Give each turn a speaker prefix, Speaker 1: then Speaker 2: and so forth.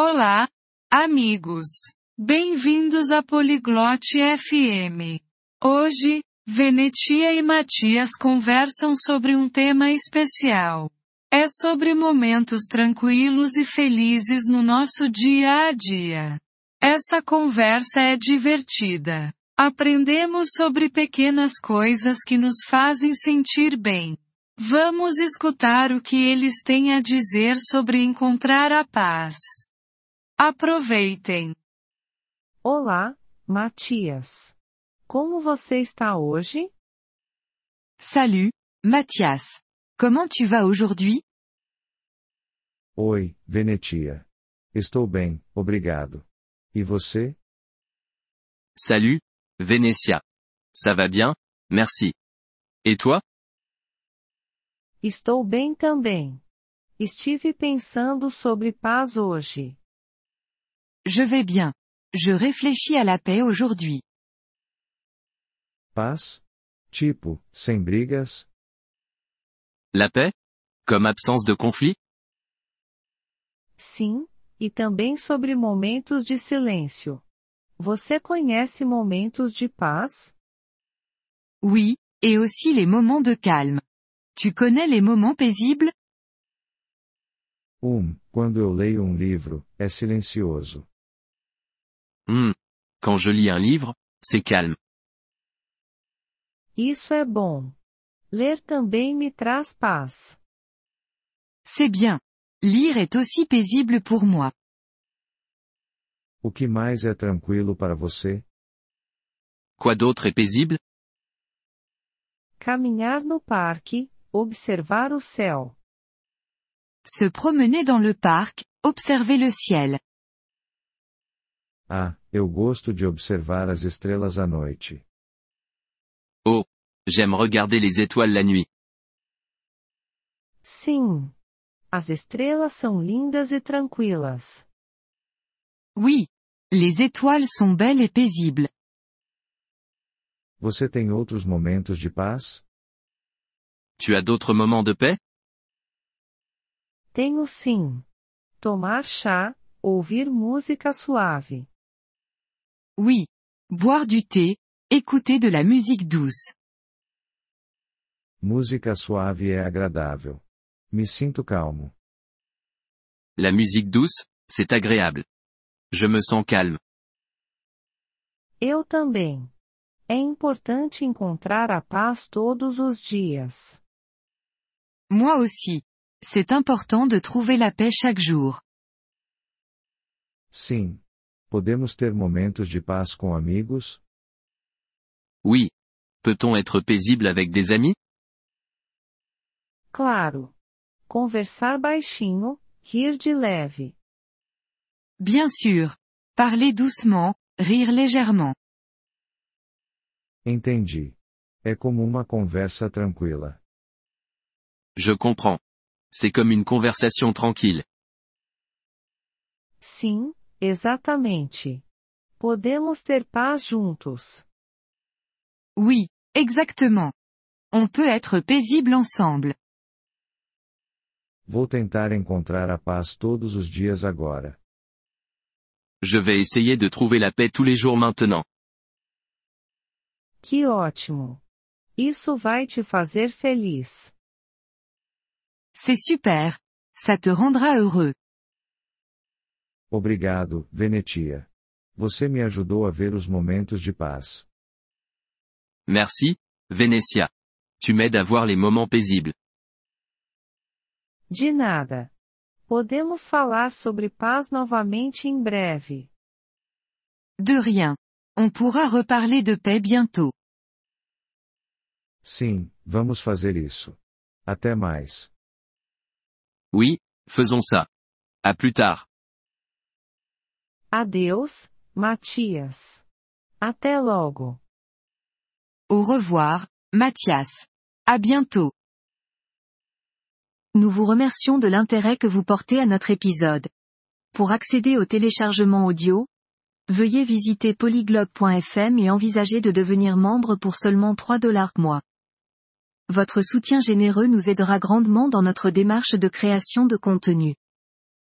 Speaker 1: Olá, amigos. Bem-vindos a Poliglote FM. Hoje, Venetia e Matias conversam sobre um tema especial. É sobre momentos tranquilos e felizes no nosso dia a dia. Essa conversa é divertida. Aprendemos sobre pequenas coisas que nos fazem sentir bem. Vamos escutar o que eles têm a dizer sobre encontrar a paz. Aproveitem.
Speaker 2: Olá, Matias. Como você está hoje?
Speaker 3: Salut, Mathias. Comment tu vas aujourd'hui
Speaker 4: Oi, Venetia. Estou bem, obrigado. E você?
Speaker 5: Salut, Vénétia. Ça va bien, merci. Et toi
Speaker 2: Estou bem também. Estive pensando sobre paz hoje.
Speaker 3: Je vais bien. Je réfléchis à la paix aujourd'hui.
Speaker 4: Paz? Tipo, sem brigas?
Speaker 5: La paix Comme absence de conflit
Speaker 2: Sim, e também sobre momentos de silêncio. Você conhece momentos de paz?
Speaker 3: Oui, et aussi les moments de calme. Tu connais les moments paisibles
Speaker 4: Um, quando eu leio um livro, é silencioso.
Speaker 5: Hmm. Quand je lis un livre, c'est calme.
Speaker 2: Isso é bom. Ler também me traz paz.
Speaker 3: C'est bien. Lire est aussi paisible pour moi.
Speaker 4: O que mais é tranquilo para você?
Speaker 5: Quoi d'autre est paisible
Speaker 2: Caminhar no parque, observar o céu.
Speaker 3: Se promener dans le parc, observer le ciel.
Speaker 4: Ah, eu gosto de observar as estrelas à noite.
Speaker 5: J'aime regarder les étoiles la nuit.
Speaker 2: Sim. As estrelas são lindas e tranquilas.
Speaker 3: Oui. Les étoiles sont belles et paisibles.
Speaker 4: Você tem outros momentos de paz?
Speaker 5: Tu as d'autres moments de paix
Speaker 2: Tenho sim. Tomar chá, ouvir música suave.
Speaker 3: Oui. Boire du thé, écouter de la musique douce.
Speaker 4: Música suave é agradável. Me sinto calmo.
Speaker 5: La musique douce, c'est agréable. Je me sens calme.
Speaker 2: Eu também. É importante encontrar a paz todos os dias.
Speaker 3: Moi aussi. C'est important de trouver la paix chaque jour.
Speaker 4: Sim. Podemos ter momentos de paz com amigos?
Speaker 5: Oui. Peut-on être paisible avec des amis
Speaker 2: Claro. Conversar baixinho, rir de leve.
Speaker 3: Bien sûr. Parler doucement, rire légèrement.
Speaker 4: Entendi. É como uma conversa tranquila.
Speaker 5: Je comprends. C'est comme une conversation tranquille.
Speaker 2: Sim, exatamente. Podemos ter paz juntos.
Speaker 3: Oui, exactement. On peut être paisible ensemble.
Speaker 4: Vou tentar encontrar a paz todos os dias agora.
Speaker 5: Je vais essayer de trouver la paix tous les jours maintenant.
Speaker 2: Que ótimo! Isso vai te fazer feliz.
Speaker 3: C'est super. Ça te rendra heureux.
Speaker 4: Obrigado, Venetia. Você me ajudou a ver os momentos de paz.
Speaker 5: Merci, Vénétia. Tu m'aides à voir les moments paisibles.
Speaker 2: De nada. Podemos falar sobre paz novamente em breve.
Speaker 3: De rien. On pourra reparler de paix bientôt.
Speaker 4: Sim, vamos fazer isso. Até mais.
Speaker 5: Oui, faisons ça. À plus tard.
Speaker 2: Adeus, Matias. Até logo.
Speaker 3: Au revoir, Mathias. À bientôt.
Speaker 6: Nous vous remercions de l'intérêt que vous portez à notre épisode. Pour accéder au téléchargement audio, veuillez visiter polyglobe.fm et envisager de devenir membre pour seulement 3 dollars mois. Votre soutien généreux nous aidera grandement dans notre démarche de création de contenu.